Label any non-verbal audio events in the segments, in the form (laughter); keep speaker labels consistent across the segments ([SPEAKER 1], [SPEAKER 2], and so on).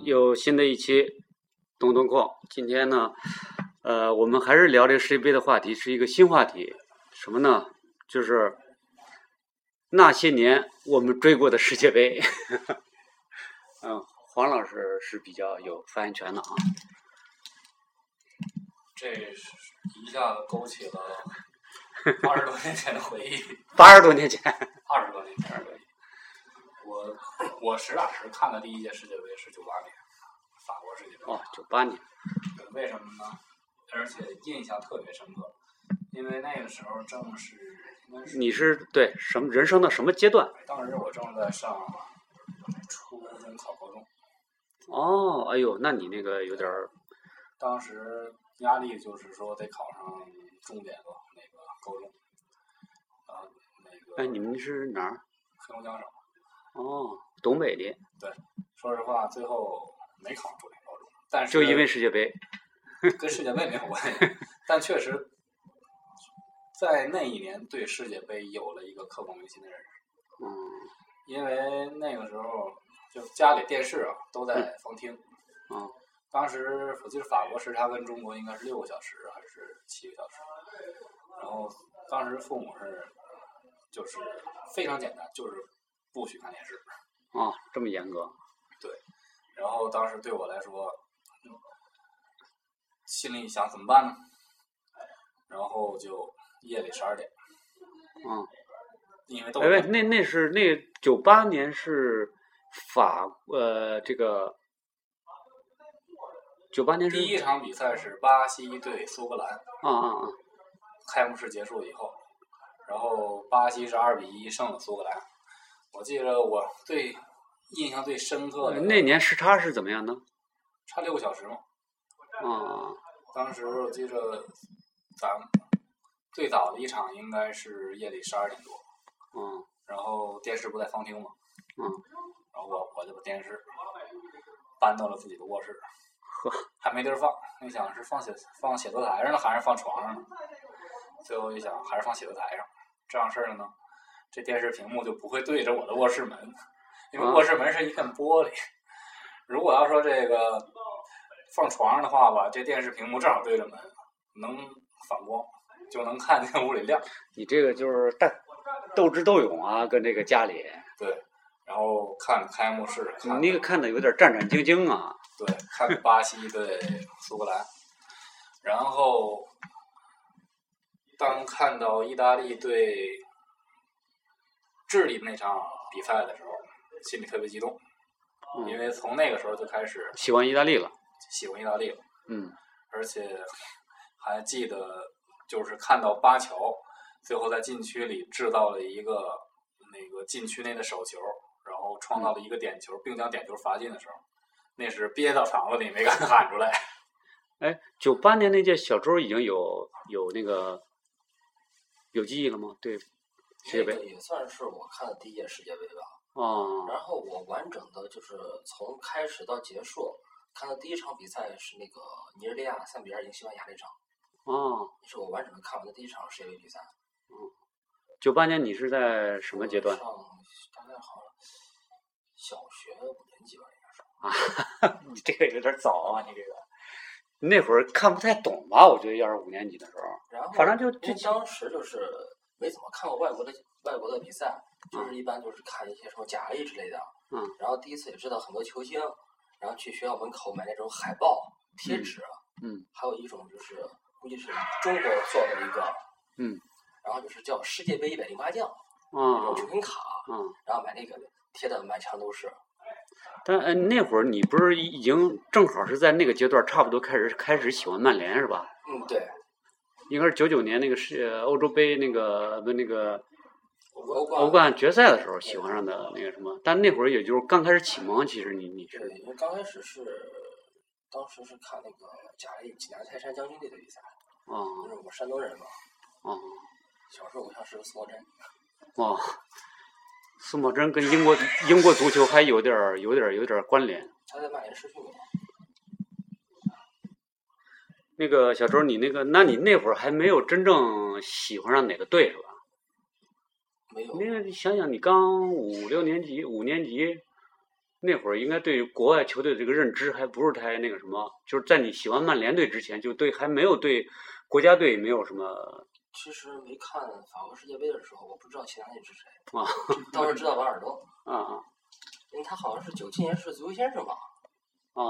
[SPEAKER 1] 又新的一期东东控。今天呢，呃，我们还是聊这个世界杯的话题，是一个新话题，什么呢？就是那些年我们追过的世界杯。 (laughs) 嗯，黄老师是比较有发言权的啊。
[SPEAKER 2] 这是一下子勾起了二十多年前的回忆，
[SPEAKER 1] 八十多年前，
[SPEAKER 2] 二十多年前的回忆。我我实打实看的第一届世界杯是九八年，法国世界杯。
[SPEAKER 1] 哦，九八年，
[SPEAKER 2] 为什么呢？而且印象特别深刻，因为那个时候正是应该是
[SPEAKER 1] 你是对什么人生的什么阶段？
[SPEAKER 2] 当时我正在上初中考高中，
[SPEAKER 1] 哦，哎呦，那你那个有点儿，
[SPEAKER 2] 当时压力就是说得考上重点的那个高中，啊，那个
[SPEAKER 1] 哎，你们是哪儿？
[SPEAKER 2] 黑龙江省。
[SPEAKER 1] 哦，东北的，
[SPEAKER 2] 说实话，最后没考上重点高中，但是
[SPEAKER 1] 就因为世界杯。
[SPEAKER 2] 跟世界杯没有关系，但确实在那一年对世界杯有了一个刻骨铭心的认识，
[SPEAKER 1] 嗯。
[SPEAKER 2] 因为那个时候就家里电视啊都在放听，
[SPEAKER 1] 嗯，
[SPEAKER 2] 当时我记得法国时差跟中国应该是六个小时还是七个小时，然后当时父母是就是非常简单，就是不许看电视，
[SPEAKER 1] 啊，这么严格，
[SPEAKER 2] 然后当时对我来说，嗯心里想怎么办呢？然后就夜里十二点，
[SPEAKER 1] 嗯，
[SPEAKER 2] 因为都
[SPEAKER 1] 哎喂，那那是那九八年是法呃这个九八年是
[SPEAKER 2] 第一场比赛是巴西对苏格兰，
[SPEAKER 1] 啊啊啊
[SPEAKER 2] 开幕式结束以后，然后巴西是二比一胜了苏格兰。我记得我最印象最深刻
[SPEAKER 1] 呃
[SPEAKER 2] 的
[SPEAKER 1] 那年时差是怎么样呢？
[SPEAKER 2] 差六个小时嘛，
[SPEAKER 1] 啊，
[SPEAKER 2] 当时我记着咱们最早的一场应该是夜里十二点多。
[SPEAKER 1] 嗯
[SPEAKER 2] 然后电视不在房厅嘛，
[SPEAKER 1] 嗯，
[SPEAKER 2] 然后我我就把电视搬到了自己的卧室，还没地儿放，那想是放写放写字台上呢，还是放床上呢？最后一想还是放写字台上，这样式儿的呢，这电视屏幕就不会对着我的卧室门，因为
[SPEAKER 1] 啊
[SPEAKER 2] 卧室门是一片玻璃。如果要说这个放床上的话吧，这电视屏幕正好对着门，能反光，就能看见屋里亮。
[SPEAKER 1] 你这个就是大斗智斗勇啊，跟这个家里，
[SPEAKER 2] 对，然后看开幕式，
[SPEAKER 1] 嗯你
[SPEAKER 2] 看
[SPEAKER 1] 那个看的有点战战兢兢啊，
[SPEAKER 2] 对，看巴西对苏格兰，然后当看到意大利对智利那场比赛的时候，心里特别激动，因
[SPEAKER 1] 嗯，
[SPEAKER 2] 为从那个时候就开始
[SPEAKER 1] 喜欢意大利了，
[SPEAKER 2] 喜欢意大利了，
[SPEAKER 1] 嗯，
[SPEAKER 2] 而且还记得就是看到巴乔最后在禁区里制造了一个那个禁区内的手球，然后创造了一个点球，并将点球罚进的时候，那是憋到嗓子里没敢喊出来。
[SPEAKER 1] 哎，九八年那届小周已经有有那个有记忆了吗？对，世界
[SPEAKER 3] 这
[SPEAKER 1] 杯
[SPEAKER 3] 个也算是我看的第一届世界杯吧。
[SPEAKER 1] 啊，
[SPEAKER 3] 然后我完整的就是从开始到结束看的第一场比赛是那个尼日利亚三比二赢西班牙那场，
[SPEAKER 1] 哦，
[SPEAKER 3] 那是我完整的看完的第一场世界杯比赛。
[SPEAKER 1] 九八年你是在什么阶段
[SPEAKER 3] 我？上大概好像小学五年级吧，应该是。
[SPEAKER 1] 你 (laughs) 这个有点早啊，你这个。那会儿看不太懂吧？我觉得要是五年级的时候，
[SPEAKER 3] 然后
[SPEAKER 1] 反正就
[SPEAKER 3] 因
[SPEAKER 1] 就
[SPEAKER 3] 为当时就是没怎么看过外国的外国的比赛，就是一般就是看一些什么甲 A 之类的。
[SPEAKER 1] 嗯。
[SPEAKER 3] 然后第一次也知道很多球星，然后去学校门口买那种海报、贴
[SPEAKER 1] 嗯
[SPEAKER 3] 纸。
[SPEAKER 1] 嗯。
[SPEAKER 3] 还有一种就是估计是中国做的一个。
[SPEAKER 1] 嗯。
[SPEAKER 3] 然后就是叫世界杯一百零八将，那
[SPEAKER 1] 啊
[SPEAKER 3] 种球星卡，
[SPEAKER 1] 啊！
[SPEAKER 3] 然后买那个贴的满墙都是。
[SPEAKER 1] 但哎，那会儿你不是已经正好是在那个阶段，差不多开始开始喜欢曼联是吧？
[SPEAKER 3] 嗯，对，
[SPEAKER 1] 应该是九九年那个世呃欧洲杯那个不那个
[SPEAKER 3] 欧冠。
[SPEAKER 1] 欧冠决赛的时候喜欢上的那个什么，但那会儿也就是刚开始启蒙，其实你你
[SPEAKER 3] 对
[SPEAKER 1] 是，
[SPEAKER 3] 因为刚开始是，当时是看那个甲 A 济南泰山将军队的比赛，
[SPEAKER 1] 啊
[SPEAKER 3] 因为我山东人嘛，
[SPEAKER 1] 啊
[SPEAKER 3] 小时候偶像是苏茂贞，
[SPEAKER 1] 啊！ (laughs) 苏茂贞跟英国英国足球还有点儿有点儿有点儿关联。
[SPEAKER 3] 他在曼联失去过，
[SPEAKER 1] 那个小周，你那个，那你那会儿还没有真正喜欢上哪个队是吧？
[SPEAKER 3] 没有
[SPEAKER 1] 那个你想想，你刚五六年级、五年级，那会儿应该对国外球队的这个认知还不是太那个什么，就是在你喜欢曼联队之前，就对还没有对国家队没有什么
[SPEAKER 3] 其实没看法国世界杯的时候，我不知道齐达内是谁，
[SPEAKER 1] 啊 (laughs)
[SPEAKER 3] 倒是知道瓦尔德，
[SPEAKER 1] 啊啊
[SPEAKER 3] 因为他好像是九七年是足球先生吧，
[SPEAKER 1] 啊，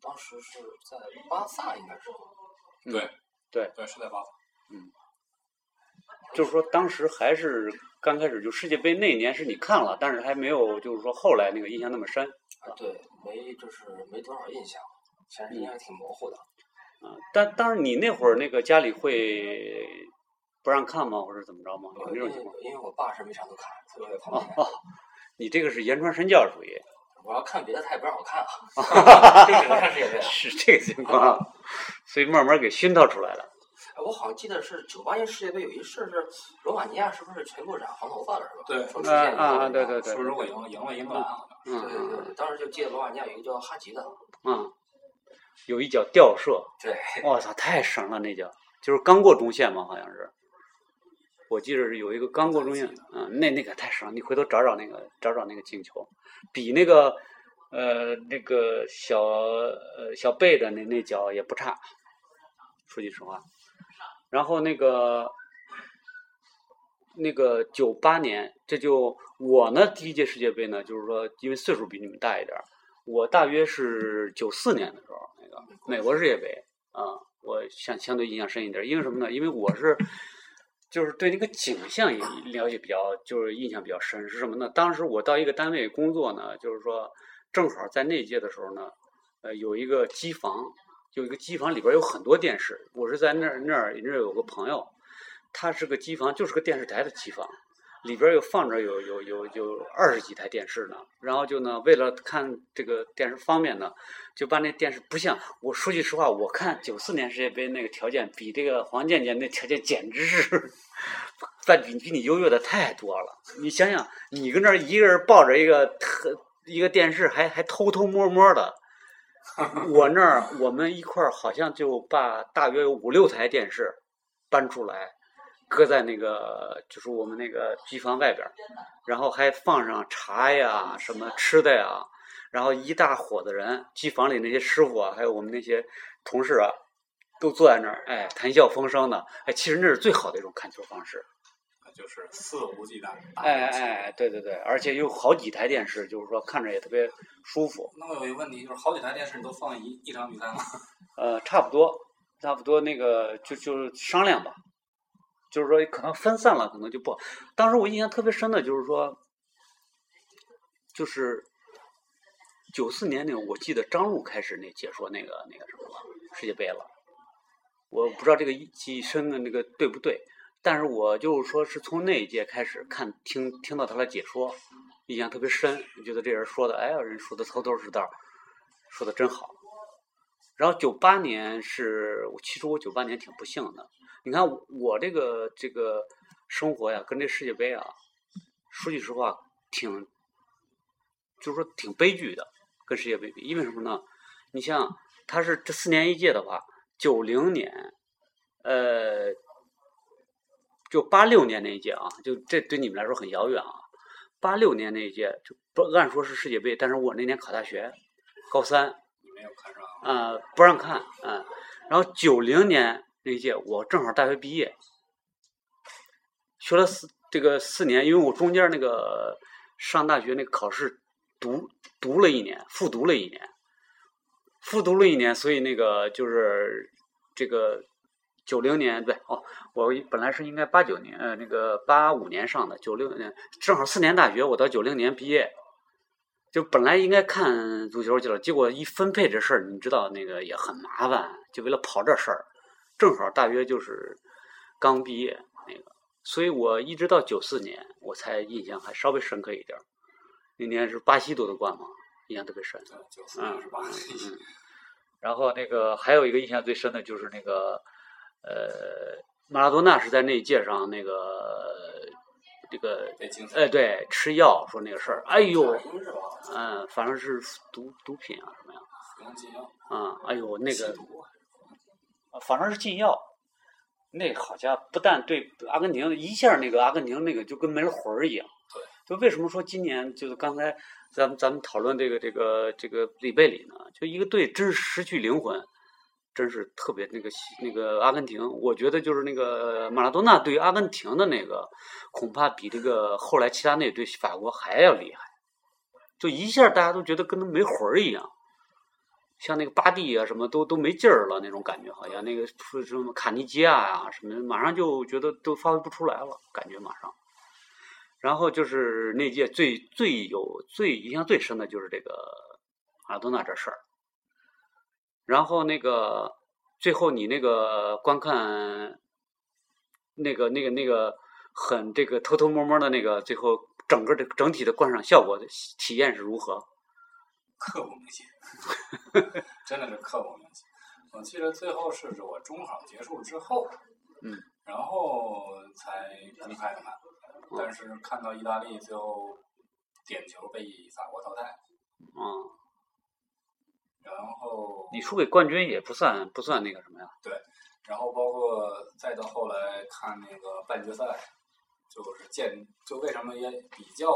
[SPEAKER 3] 当时是在巴萨应该是，
[SPEAKER 1] 嗯
[SPEAKER 2] 对
[SPEAKER 1] 对
[SPEAKER 2] 对，是在巴萨。
[SPEAKER 1] 就是说当时还是刚开始就世界杯那年是你看了，但是还没有就是说后来那个印象那么深
[SPEAKER 3] 啊对，没就是没多少印象，其实印象挺模糊的。
[SPEAKER 1] 啊。但当然你那会儿那个家里会不让看吗，或者怎么着吗？嗯有那种
[SPEAKER 3] 我因为
[SPEAKER 1] 情况？
[SPEAKER 3] 因为我爸是每场都看，所以我在旁
[SPEAKER 1] 哦
[SPEAKER 3] 边。
[SPEAKER 1] 哦，你这个是言传身教属于
[SPEAKER 3] 我要看别的，他也不让我看啊。这只能看世界杯
[SPEAKER 1] (laughs)
[SPEAKER 3] 了。
[SPEAKER 1] 是这个情况啊， (laughs) 所以慢慢给熏陶出来了。
[SPEAKER 3] 哎，我好像记得是九八年世界杯有一事是罗马尼亚是不是全部染黄头发了是吧？
[SPEAKER 2] 对
[SPEAKER 3] 说出
[SPEAKER 1] 啊
[SPEAKER 3] 现
[SPEAKER 1] 啊啊！对对对
[SPEAKER 2] 是，不是如果赢了赢了英格兰，好像
[SPEAKER 1] 嗯
[SPEAKER 3] 对对对，当时就记得罗马尼亚有一个叫哈吉的，
[SPEAKER 1] 嗯，有一脚吊射，
[SPEAKER 3] 对，
[SPEAKER 1] (laughs) 我操，太神了那脚，就是刚过中线嘛，好像是，我记得是有一个刚过中线，嗯，那那个太神了，你回头找找那个找找那个进球，比那个呃那个小呃小贝的那那脚也不差，说句实话，然后那个。那个九八年，这就我呢第一届世界杯呢，就是说因为岁数比你们大一点儿，我大约是九四年的时候，那个美国世界杯啊、我相相对印象深一点儿，因为什么呢？因为我是就是对那个景象也了解比较，就是印象比较深是什么呢？当时我到一个单位工作呢，就是说正好在那一届的时候呢，呃，有一个机房，有一个机房里边儿有很多电视，我是在那儿那儿那儿有个朋友，他是个机房，就是个电视台的机房。里边儿有放着有有有有二十几台电视呢，然后就呢，为了看这个电视方便呢，就把那电视不像我说句实话，我看九四年世界杯那个条件比这个黄健健那条件简直是范比比你优越的太多了。你想想，你跟那儿一个人抱着一个特一个电视还，还偷偷摸摸的。我那儿我们一块儿好像就把大约有五六台电视搬出来，搁在那个就是我们那个机房外边儿，然后还放上茶呀、什么吃的呀，然后一大伙子人，机房里那些师傅啊，还有我们那些同事啊，都坐在那儿，哎，谈笑风生的，哎，其实那是最好的一种看球方式。
[SPEAKER 2] 就是肆无忌惮。
[SPEAKER 1] 哎哎，哎，对对对，而且有好几台电视，就是说看着也特别舒服。
[SPEAKER 2] 那么有一个问题就是，好几台电视你都放一一场比赛吗？
[SPEAKER 1] 呃，差不多，差不多那个就就是商量吧，就是说可能分散了，可能就不好。当时我印象特别深的就是说，就是九四年那个，我记得张璐开始那解说那个那个什么了世界杯了，我不知道这个记忆深的那个对不对，但是我就是说是从那一届开始看听听到他的解说，印象特别深，觉得这人说的，哎呀，人说的头头是道，说的真好。然后九八年是，我其实我九八年挺不幸的。你看我我这个这个生活呀，跟这世界杯啊，说句实话，挺，就是说挺悲剧的，跟世界杯比。因为什么呢？你像他是这四年一届的话，九零年，呃，就八六年那一届啊，就这对你们来说很遥远啊。八六年那一届就不按说是世界杯，但是我那年考大学，高三。
[SPEAKER 2] 你没有看上，
[SPEAKER 1] 呃，不让看，嗯、然后九零年那一届，我正好大学毕业，学了四这个四年，因为我中间那个上大学那个考试读读了一年，复读了一年，复读了一年，所以那个就是这个九零年对哦，我本来是应该八九年呃那个八五年上的，九六年正好四年大学，我到九零年毕业，就本来应该看足球去了，结果一分配这事儿，你知道那个也很麻烦，就为了跑这事儿，正好大约就是刚毕业那个，所以我一直到九四年我才印象还稍微深刻一点儿。那年是巴西夺得冠嘛，印象特别深。
[SPEAKER 2] 对，九四年是吧？
[SPEAKER 1] 然后那个还有一个印象最深的就是那个，呃，马拉多纳是在那一届上那个这个，
[SPEAKER 2] 被精神
[SPEAKER 1] 哎，对，吃药说那个事儿，哎呦，
[SPEAKER 3] 因是吧？
[SPEAKER 1] 嗯，反正是毒毒品啊什么呀，
[SPEAKER 2] 服用禁药，
[SPEAKER 1] 啊、哎呦，那
[SPEAKER 2] 吸
[SPEAKER 1] 个
[SPEAKER 2] 毒啊，
[SPEAKER 1] 反正是禁药，那个好家伙，不但对阿根廷一下那个阿根廷那个就跟没了魂儿一样，就为什么说今年就是刚才咱们咱们讨论这个这个这个里贝里呢？就一个队真是失去灵魂，真是特别那个那个阿根廷，我觉得就是那个马拉多纳对阿根廷的那个，恐怕比这个后来齐达内对法国还要厉害，就一下大家都觉得跟他没魂儿一样。像那个巴蒂啊，什么都都没劲儿了，那种感觉好像那个是什么卡尼基亚呀、什么，马上就觉得都发挥不出来了，感觉马上。然后就是那届最最有最印象最深的就是这个马拉多纳这事儿。然后那个最后你那个观看那个那个那个很这个偷偷摸摸的那个最后整个的整体的观赏效果的体验是如何？
[SPEAKER 2] 刻骨
[SPEAKER 1] (laughs)
[SPEAKER 2] 铭心，真的是刻骨铭心。我记得最后是我中考结束之后，
[SPEAKER 1] 嗯，
[SPEAKER 2] 然后才离开的嘛。
[SPEAKER 1] 嗯
[SPEAKER 2] 但是看到意大利最后点球被法国淘汰，
[SPEAKER 1] 啊、
[SPEAKER 2] 然后
[SPEAKER 1] 你输给冠军也不算不算那个什么呀？
[SPEAKER 2] 然后包括再到后来看那个半决赛，就是见就为什么也比较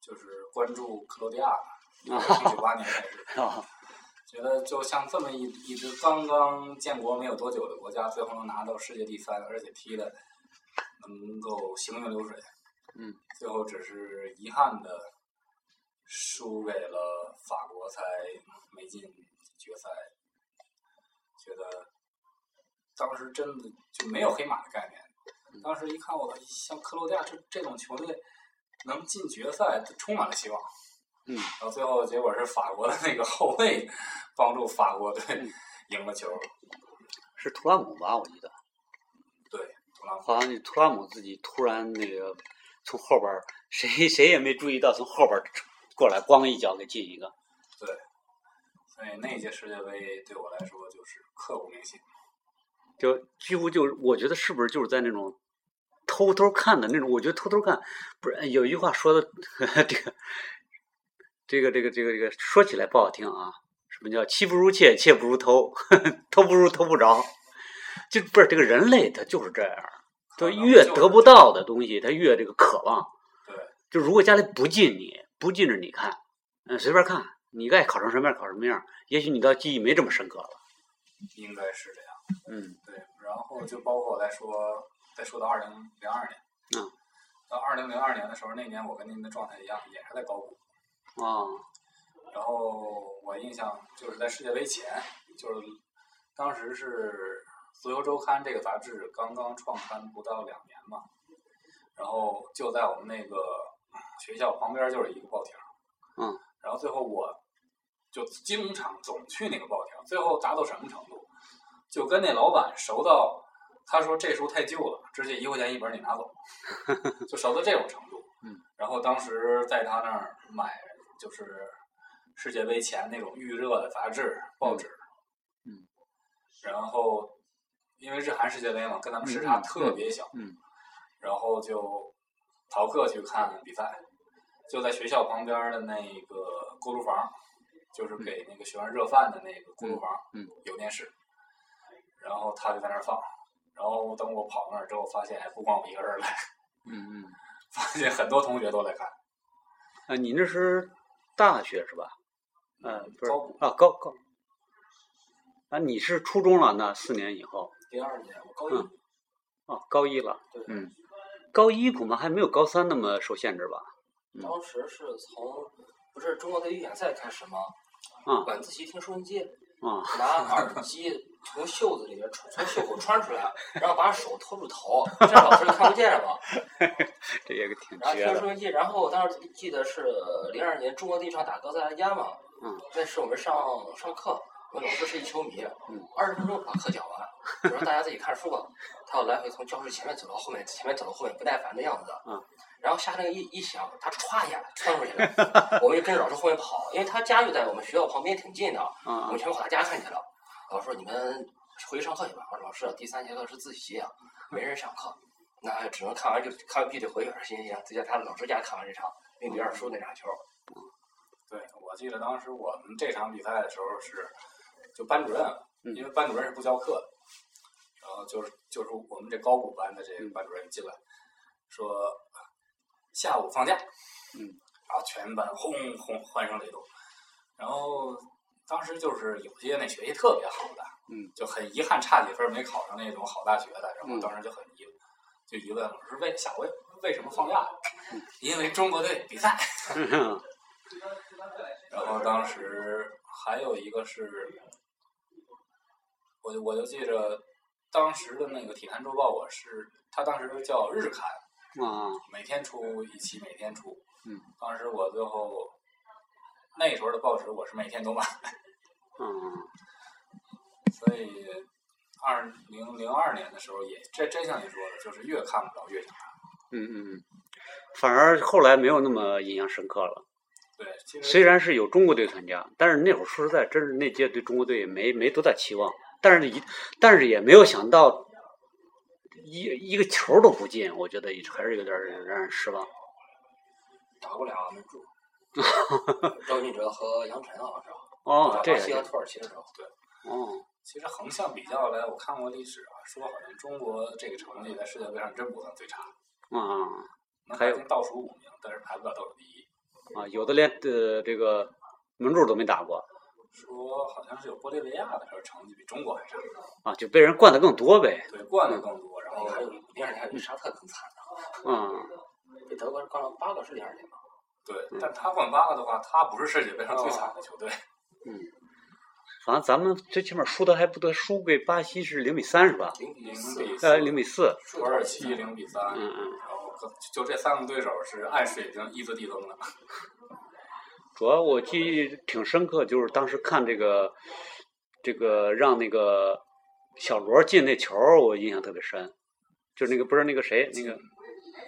[SPEAKER 2] 就是关注克罗地亚，从九八年开始，
[SPEAKER 1] 啊，
[SPEAKER 2] 觉得就像这么一一支刚刚建国没有多久的国家，最后能拿到世界第三，而且踢的能够行云流水，
[SPEAKER 1] 嗯，
[SPEAKER 2] 最后只是遗憾的输给了法国，才没进决赛，觉得当时真的就没有黑马的概念。当时一看，我像克罗地亚这这种球队能进决赛，充满了希望。
[SPEAKER 1] 嗯，
[SPEAKER 2] 然后最后结果是法国的那个后卫帮助法国队
[SPEAKER 1] 嗯
[SPEAKER 2] 赢了球。
[SPEAKER 1] (laughs) 是图拉姆吧？我记得
[SPEAKER 2] 嗯对，图拉姆
[SPEAKER 1] 好像是图拉姆自己突然那个从后边儿谁谁也没注意到，从后边儿过来咣一脚给进一个。
[SPEAKER 2] 对，所以那届世界杯对我来说就是刻骨铭心。
[SPEAKER 1] 就几乎就是，我觉得是不是就是在那种偷偷看的那种？我觉得偷偷看，不是哎有一句话说的 (laughs) 这个，这个，这个，这个，这个，说起来不好听啊，什么叫妻不如妾，妾不如偷， (laughs) 偷不如偷不着，就不是这个人类他就是这样儿，就
[SPEAKER 2] 可能
[SPEAKER 1] 越
[SPEAKER 2] 就
[SPEAKER 1] 得
[SPEAKER 2] 是
[SPEAKER 1] 不到的东西，他越这个渴望。
[SPEAKER 2] 对，
[SPEAKER 1] 就如果家里不禁你，不禁着你看，嗯，随便看，你爱考成什么样考什么样，也许你到记忆没这么深刻了。
[SPEAKER 2] 应该是这样。
[SPEAKER 1] 嗯
[SPEAKER 2] 对，然后就包括来说，再说到二零零二年，
[SPEAKER 1] 嗯，
[SPEAKER 2] 到二零零二年的时候，那年我跟您的状态一样，也是在高谷。
[SPEAKER 1] 啊，
[SPEAKER 2] 然后我印象就是在世界杯前，就是当时是《足球周刊》这个杂志刚刚创刊不到两年嘛，然后就在我们那个学校旁边就是一个报亭，
[SPEAKER 1] 嗯，
[SPEAKER 2] 然后最后我就经常总去那个报亭，最后达到什么程度，就跟那老板熟到他说这书太旧了，直接一块钱一本你拿走，
[SPEAKER 1] (laughs)
[SPEAKER 2] 就熟到这种程度。
[SPEAKER 1] 嗯，
[SPEAKER 2] 然后当时在他那儿买就是世界杯前那种预热的杂志、报纸，
[SPEAKER 1] 嗯，
[SPEAKER 2] 然后因为日韩世界杯嘛，跟咱们时差
[SPEAKER 1] 嗯嗯
[SPEAKER 2] 特别小，
[SPEAKER 1] 嗯
[SPEAKER 2] 然后就逃课去看比赛，就在学校旁边的那个锅炉房，就是给那个学生热饭的那个锅炉房，
[SPEAKER 1] 嗯嗯
[SPEAKER 2] 有电视，然后他就在那儿放，然后等我跑那儿之后，发现哎不光我一个人儿来， (laughs)
[SPEAKER 1] 嗯嗯，
[SPEAKER 2] 发现很多同学都来看，
[SPEAKER 1] 啊，你那是大学是吧？嗯、不是
[SPEAKER 2] 高谷
[SPEAKER 1] 啊，高高。啊，你是初中了，那四年以后
[SPEAKER 3] 零二年我高一，
[SPEAKER 1] 嗯啊，高一了。
[SPEAKER 3] 对，
[SPEAKER 1] 嗯，高一恐怕还没有高三那么受限制吧？嗯
[SPEAKER 3] 当时是从不是中国队预选赛开始吗？
[SPEAKER 1] 嗯
[SPEAKER 3] 晚自习听收音机，
[SPEAKER 1] 啊，
[SPEAKER 3] 拿耳机从袖子里面穿从袖口穿出来，然后把手托住头，这样老师就看不见了嘛。
[SPEAKER 1] 这也挺
[SPEAKER 3] 然后
[SPEAKER 1] 绝
[SPEAKER 3] 听
[SPEAKER 1] 的。
[SPEAKER 3] 收音机，然后我当时记得是零二年中国第一场打哥斯达黎加嘛，
[SPEAKER 1] 嗯，
[SPEAKER 3] 那是我们上上课，我们老师是一球迷，
[SPEAKER 1] 嗯，
[SPEAKER 3] 二十分钟把课讲完，我说大家自己看书吧，他要来回从教室前面走到后面，前面走到后面不耐烦的样子，
[SPEAKER 1] 嗯，
[SPEAKER 3] 然后下课铃一一响，他歘一下窜出去
[SPEAKER 1] (laughs)
[SPEAKER 3] 了，我们就跟着老师后面跑，因为他家就在我们学校旁边挺近的，我
[SPEAKER 1] 啊
[SPEAKER 3] 们全跑他家看去了。老师说你们回去上课去吧。我说老师，第三节课是自习啊，没人上课，那只能看完就看完必得回去。行行行，就在他老师家看完这场零比二输那场球。
[SPEAKER 2] 对，我记得当时我们这场比赛的时候是，就班主任，
[SPEAKER 1] 嗯
[SPEAKER 2] 因为班主任是不教课的，
[SPEAKER 1] 嗯
[SPEAKER 2] 然后就是就是我们这高古班的这个班主任进来，说下午放假，
[SPEAKER 1] 嗯，
[SPEAKER 2] 然后全班轰轰欢声雷动，然后当时就是有些那学习特别好的，
[SPEAKER 1] 嗯，
[SPEAKER 2] 就很遗憾差几分没考上那种好大学的，然后
[SPEAKER 1] 嗯
[SPEAKER 2] 当时就很疑，就疑问老师为下回为什么放假？
[SPEAKER 1] 嗯
[SPEAKER 2] 因为中国队比赛。
[SPEAKER 1] 啊
[SPEAKER 2] 然后当时还有一个是，我就我就记着当时的那个《体坛周报》，我是它当时叫日刊，
[SPEAKER 1] 啊，
[SPEAKER 2] 每天出一期，每天出。
[SPEAKER 1] 嗯。
[SPEAKER 2] 当时我最后那时候的报纸，我是每天都买， (laughs)
[SPEAKER 1] 嗯，
[SPEAKER 2] 所以二零零二年的时候也，这真像你说的，就是越看不着越想看。
[SPEAKER 1] 嗯嗯，嗯，反而后来没有那么印象深刻了。
[SPEAKER 2] 对，其实
[SPEAKER 1] 虽然是有中国队参加，但是那会儿说实在，真是那届对中国队也没没多大期望，但是一但是也没有想到一一个球都不进，我觉得也还是有点儿让人失望。
[SPEAKER 3] 打不了啊没住。周俊哲和杨晨好像是吧，
[SPEAKER 1] 哦，这
[SPEAKER 3] 巴
[SPEAKER 1] 样
[SPEAKER 3] 西和
[SPEAKER 1] 这
[SPEAKER 3] 土耳其的时候，对，
[SPEAKER 1] 哦，
[SPEAKER 2] 其实横向比较来，我看过历史啊，说好像中国这个成绩在世界杯上真不算最差，
[SPEAKER 1] 啊
[SPEAKER 2] 能
[SPEAKER 1] 还
[SPEAKER 2] 排
[SPEAKER 1] 有
[SPEAKER 2] 进倒数五名，但是排不了倒数第一。
[SPEAKER 1] 啊，有的连呃这个门柱都没打过
[SPEAKER 2] 说好像是有玻利维亚的时候成绩比中国还差，
[SPEAKER 1] 啊，就被人灌的更多呗。
[SPEAKER 2] 对，灌的更多，然
[SPEAKER 3] 然
[SPEAKER 2] 后
[SPEAKER 1] 哦
[SPEAKER 3] 后还有零二年还有沙特更惨的，
[SPEAKER 1] 啊，
[SPEAKER 3] 被德国灌了八个是零二年吧？
[SPEAKER 2] 对，
[SPEAKER 1] 嗯
[SPEAKER 2] 但他灌八个的话，他不是世界杯上
[SPEAKER 1] 哦
[SPEAKER 2] 最惨的球队，
[SPEAKER 1] 反正咱们最起码输的还不得输给巴西是零比三是吧？
[SPEAKER 3] 零比
[SPEAKER 2] 零
[SPEAKER 3] 四，
[SPEAKER 2] 比
[SPEAKER 1] 呃，
[SPEAKER 2] 四，
[SPEAKER 1] 零比四。
[SPEAKER 2] 土耳其零比三，
[SPEAKER 1] 嗯嗯。
[SPEAKER 2] 然后各就这三个对手是按水平一字递增的。
[SPEAKER 1] 主要我记忆挺深刻，就是当时看这个这个让那个小罗进那球儿，我印象特别深。就是那个不是那个谁，那个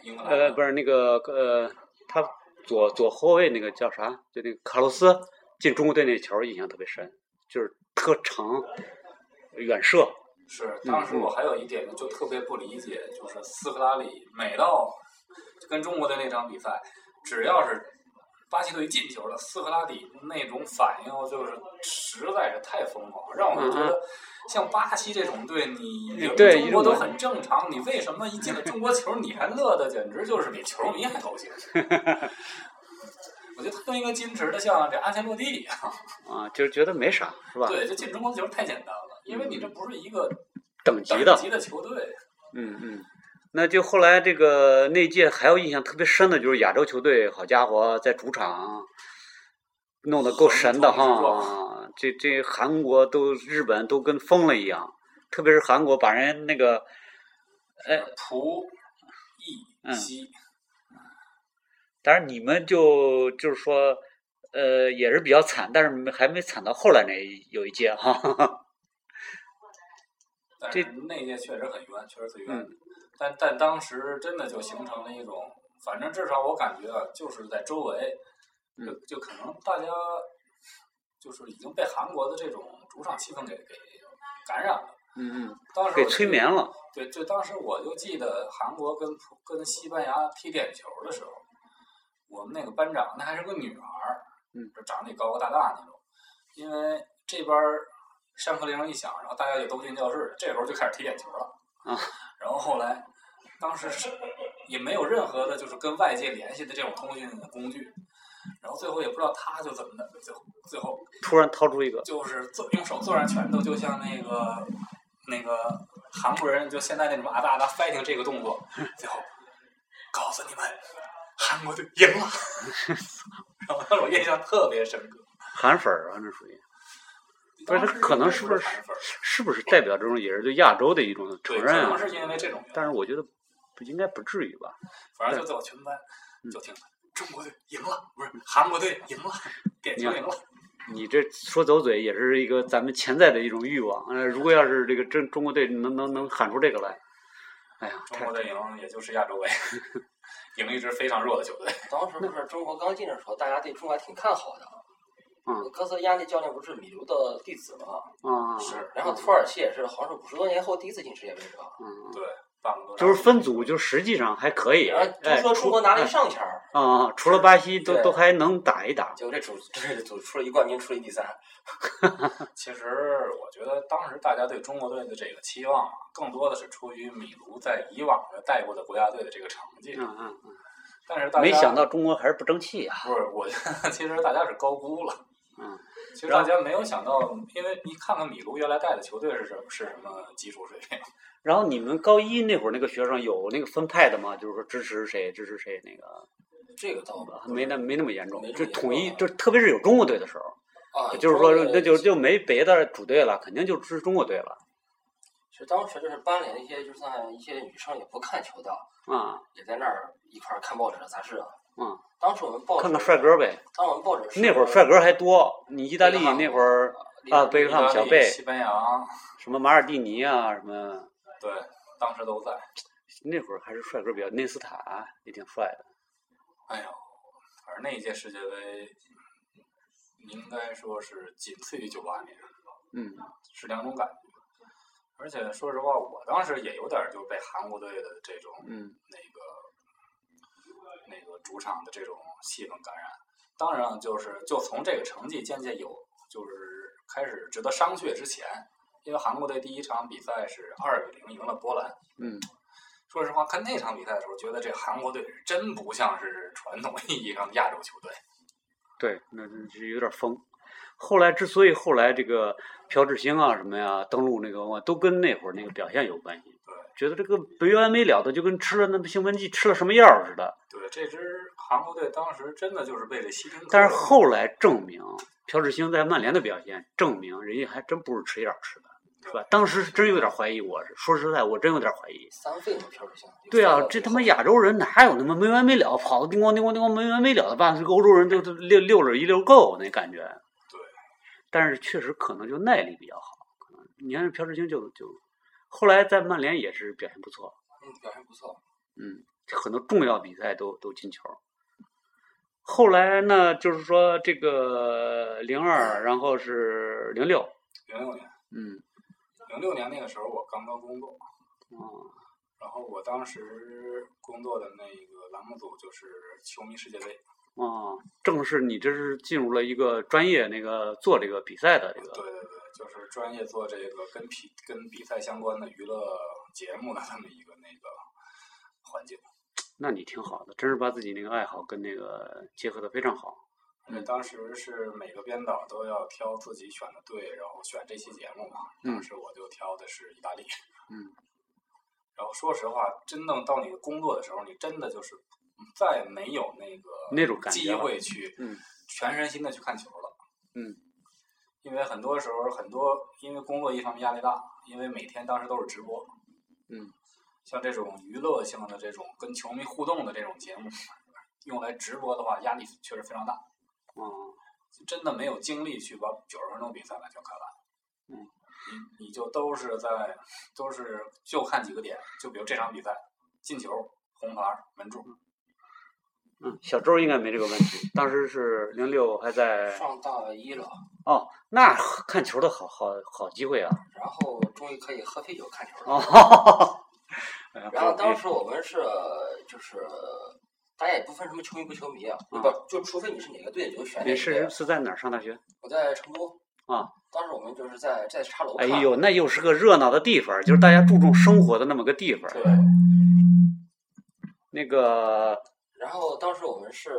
[SPEAKER 2] 英格
[SPEAKER 1] 呃
[SPEAKER 2] 兰
[SPEAKER 1] 不是那个呃他左左后卫那个叫啥？就那个卡洛斯进中国队那球儿，印象特别深，就是特长远射。
[SPEAKER 2] 是，
[SPEAKER 1] 嗯
[SPEAKER 2] 当时我还有一点就特别不理解，就是斯科拉里每到跟中国的那场比赛，只要是巴西队进球了，斯科拉里那种反应就是实在是太疯狂，让我觉
[SPEAKER 1] 嗯
[SPEAKER 2] 得像巴西这种队，你赢
[SPEAKER 1] 对
[SPEAKER 2] 中国
[SPEAKER 1] 赢
[SPEAKER 2] 都
[SPEAKER 1] 我
[SPEAKER 2] 很正常，你为什么一进了中国球你还乐的，简直就是比球迷还高兴。 (laughs) 我觉得他更应该矜持的像这安切洛蒂一样，
[SPEAKER 1] 啊，就是觉得没啥，是吧？
[SPEAKER 2] 对，就进中国的球太简单了，因为你这不是一个
[SPEAKER 1] 等级
[SPEAKER 2] 等
[SPEAKER 1] 的，
[SPEAKER 2] 级的球队。
[SPEAKER 1] 嗯嗯。那就后来这个那届还有印象特别深的就是亚洲球队，好家伙，在主场弄得够神的
[SPEAKER 2] 横冲直
[SPEAKER 1] 哈！这这韩国都日本都跟疯了一样，特别是韩国把人那个
[SPEAKER 2] 仆役
[SPEAKER 1] 哎嗯
[SPEAKER 2] 西，
[SPEAKER 1] 当然你们就就是说，呃，也是比较惨，但是没还没惨到后来那一有一届哈。
[SPEAKER 2] 但
[SPEAKER 1] 这
[SPEAKER 2] 是那届确实很冤，确实最冤。
[SPEAKER 1] 嗯
[SPEAKER 2] 但但当时真的就形成了一种，反正至少我感觉啊，就是在周围，
[SPEAKER 1] 嗯
[SPEAKER 2] 就就可能大家就是已经被韩国的这种主场气氛给给感染了。
[SPEAKER 1] 嗯嗯，
[SPEAKER 2] 当时
[SPEAKER 1] 给
[SPEAKER 2] 我记
[SPEAKER 1] 催
[SPEAKER 2] 得
[SPEAKER 1] 眠了。
[SPEAKER 2] 对，就当时我就记得韩国跟葡跟西班牙踢点球的时候，我们那个班长那还是个女孩儿，
[SPEAKER 1] 嗯，
[SPEAKER 2] 就长得高高大大那种。因为这边儿上课铃声一响，然后大家就都进教室，这时候就开始踢点球了。
[SPEAKER 1] 啊，
[SPEAKER 2] (laughs) 然后后来，当时是也没有任何的，就是跟外界联系的这种通讯工具。然后最后也不知道他就怎么的，最后最后
[SPEAKER 1] 突然掏出一个，
[SPEAKER 2] 就是做用手做上拳头，就像那个那个韩国人就现在那种阿达阿达 fighting 这个动作，最后告诉你们，韩国队赢了。 (laughs) 然后当时我印象特别深刻。
[SPEAKER 1] 韩粉儿啊，那属于。不是可能是
[SPEAKER 2] 是
[SPEAKER 1] 不是
[SPEAKER 2] 韩粉儿？
[SPEAKER 1] 是不是代表这种也是对亚洲的一种
[SPEAKER 2] 对，
[SPEAKER 1] 承
[SPEAKER 2] 可
[SPEAKER 1] 认
[SPEAKER 2] 能
[SPEAKER 1] 啊？
[SPEAKER 2] 是因为这种原因，
[SPEAKER 1] 但是我觉得不应该不至于吧？
[SPEAKER 2] 反正就在我全班
[SPEAKER 1] 嗯
[SPEAKER 2] 就听着中国队赢了，不是韩国队赢了，点球赢了。
[SPEAKER 1] 你这说走嘴也是一个咱们潜在的一种欲望。呃，如果要是这个真中国队能能能喊出这个来，哎呀，
[SPEAKER 2] 中
[SPEAKER 1] 太
[SPEAKER 2] 国队赢，也就是亚
[SPEAKER 1] (laughs)
[SPEAKER 2] 洲杯，赢一支非常弱的球队。
[SPEAKER 3] 当时不是中国刚进的时候，大家对中国还挺看好的。
[SPEAKER 1] 嗯，
[SPEAKER 3] 哥斯达黎加那不是米卢的弟子吗？
[SPEAKER 1] 啊，
[SPEAKER 2] 是，嗯
[SPEAKER 3] 然后土耳其也是，好像是五十多年后第一次进世界杯是吧？
[SPEAKER 1] 嗯，
[SPEAKER 2] 对，半个多
[SPEAKER 1] 就是
[SPEAKER 2] 小时
[SPEAKER 1] 分组，就实际上还可以。
[SPEAKER 3] 然后
[SPEAKER 1] 哎，
[SPEAKER 3] 啊都说中国拿了一
[SPEAKER 1] 哎
[SPEAKER 3] 上签儿，
[SPEAKER 1] 啊、除了巴西都
[SPEAKER 3] 对
[SPEAKER 1] 都还能打一打。
[SPEAKER 3] 结果这组这组出了一冠军，出了一第三。
[SPEAKER 2] 其实我觉得当时大家对中国队的这个期望啊，更多的是出于米卢在以往的带过的国家队的这个成绩。
[SPEAKER 1] 嗯嗯嗯，
[SPEAKER 2] 但是大家
[SPEAKER 1] 没想到中国还是不争气啊呀、
[SPEAKER 2] 不是我，其实大家是高估了。
[SPEAKER 1] 嗯，
[SPEAKER 2] 其实
[SPEAKER 1] 然
[SPEAKER 2] 大
[SPEAKER 1] 后
[SPEAKER 2] 家没有想到，因为你看看米卢原来带的球队是什是什么技术水平，
[SPEAKER 1] 然后你们高一那会儿那个学生有那个分派的吗？就是说支持谁支持谁那个，
[SPEAKER 3] 这个倒
[SPEAKER 1] 还没那没那么严重
[SPEAKER 3] 没，那么
[SPEAKER 1] 就
[SPEAKER 3] 严
[SPEAKER 1] 统一，
[SPEAKER 3] 重啊
[SPEAKER 1] 就特别是有中国队的时候，
[SPEAKER 3] 啊，
[SPEAKER 1] 就是说
[SPEAKER 3] 中国
[SPEAKER 1] 那就就没别的主队了，肯定就支持中国队了
[SPEAKER 3] 其实当时就是班里那些就算一些女生也不看球的，
[SPEAKER 1] 啊，
[SPEAKER 3] 也在那儿一块儿看报纸杂志啊。
[SPEAKER 1] 嗯，
[SPEAKER 3] 当时我们报纸
[SPEAKER 1] 看看帅哥呗。
[SPEAKER 3] 当时我们报哦纸是
[SPEAKER 1] 那会儿帅哥还多，你意大利
[SPEAKER 3] 贝克汉姆
[SPEAKER 1] 那会儿啊贝克汉姆
[SPEAKER 2] 意大
[SPEAKER 1] 小
[SPEAKER 2] 利
[SPEAKER 1] 贝
[SPEAKER 2] 西班牙，
[SPEAKER 1] 什么马尔蒂尼啊，什么
[SPEAKER 2] 对，当时都在。
[SPEAKER 1] 那会儿还是帅哥比较，内斯塔也挺帅的。
[SPEAKER 2] 哎呦，反正那一届世界杯，嗯应该说是仅次于九八年，
[SPEAKER 1] 嗯，
[SPEAKER 2] 是两种感觉。而且说实话，我当时也有点儿就被韩国队的这种
[SPEAKER 1] 嗯
[SPEAKER 2] 那个那个主场的这种气氛感染。当然，就是就从这个成绩渐渐有，就是开始值得商榷之前，因为韩国队第一场比赛是二比零赢了波兰。
[SPEAKER 1] 嗯，
[SPEAKER 2] 说实话，看那场比赛的时候，觉得这韩国队是真不像是传统意义上的亚洲球队。
[SPEAKER 1] 对，那那就有点疯。后来之所以后来这个朴智星啊什么呀登陆那个我都跟那会儿那个表现有关系，觉得这个没完没了的，就跟吃了那么兴奋剂吃了什么药似的。
[SPEAKER 2] 对，这支韩国队当时真的就是被这西丁克。
[SPEAKER 1] 但是后来证明朴智星在曼联的表现，证明人家还真不是吃药吃的，是吧？当时是真有点怀疑我，是说实在，我真有点怀疑。
[SPEAKER 3] 三费的票就行。
[SPEAKER 1] 对啊，这他妈亚洲人哪有那么没完没了跑的叮咣叮咣叮咣没完没了的办？这个欧洲人都都溜溜着一溜够那感觉。
[SPEAKER 2] 对，
[SPEAKER 1] 但是确实可能就耐力比较好，可能你看朴智星就就后来在曼联也是表现不错，
[SPEAKER 3] 嗯
[SPEAKER 2] 哎
[SPEAKER 3] 表现不错，
[SPEAKER 1] 嗯，很多重要比赛都都进球。后来呢，就是说这个零二，然后是零六，
[SPEAKER 2] 零六年，
[SPEAKER 1] 嗯，
[SPEAKER 2] 零六年那个时候我刚刚工作，
[SPEAKER 1] 哦，
[SPEAKER 2] 然后我当时工作的那个栏目组就是球迷世界杯，
[SPEAKER 1] 哦，正是你这是进入了一个专业那个做这个比赛的这
[SPEAKER 2] 对
[SPEAKER 1] 个，
[SPEAKER 2] 对对，就是专业做这个跟比跟比赛相关的娱乐节目的这么一个那个环境。
[SPEAKER 1] 那你挺好的，真是把自己那个爱好跟那个结合的非常好。
[SPEAKER 2] 而且当时是每个编导都要挑自己选的队，然后选这期节目嘛。
[SPEAKER 1] 嗯
[SPEAKER 2] 当时我就挑的是意大利。
[SPEAKER 1] 嗯。
[SPEAKER 2] (laughs) 然后说实话，真正到你工作的时候，你真的就是再没有那个
[SPEAKER 1] 那种感觉
[SPEAKER 2] 机
[SPEAKER 1] 了
[SPEAKER 2] 会去
[SPEAKER 1] 嗯
[SPEAKER 2] 全身心的去看球了。
[SPEAKER 1] 嗯。
[SPEAKER 2] 因为很多时候，很多因为工作一方面压力大，因为每天当时都是直播。
[SPEAKER 1] 嗯。
[SPEAKER 2] 像这种娱乐性的这种跟球迷互动的这种节目，用来直播的话，压力确实非常大。
[SPEAKER 1] 哦，
[SPEAKER 2] 真的没有精力去把九十分钟比赛完全看完。
[SPEAKER 1] 嗯，
[SPEAKER 2] 你你就都是在都是就看几个点，就比如这场比赛进球、红牌、门柱，
[SPEAKER 1] 嗯，小周应该没这个问题，当时是零六还在
[SPEAKER 3] 上大一了，
[SPEAKER 1] 哦，那看球的好好好机会啊！
[SPEAKER 3] 然后终于可以喝啤酒看球了。
[SPEAKER 1] 哦， (laughs)
[SPEAKER 3] 然后当时我们是就是大家也不分什么球迷不球迷啊，
[SPEAKER 1] 嗯
[SPEAKER 3] 不就除非你是哪个队你就选哪
[SPEAKER 1] 你
[SPEAKER 3] 个队
[SPEAKER 1] 是
[SPEAKER 3] 啊。
[SPEAKER 1] 是在哪儿上大学？
[SPEAKER 3] 我在成都
[SPEAKER 1] 啊，
[SPEAKER 3] 当时我们就是在在茶楼
[SPEAKER 1] 哎
[SPEAKER 3] 看，嗯
[SPEAKER 1] 呦，那又是个热闹的地方，就是大家注重生活的那么个地方。
[SPEAKER 3] 对。
[SPEAKER 1] 那个，
[SPEAKER 3] 然后当时我们是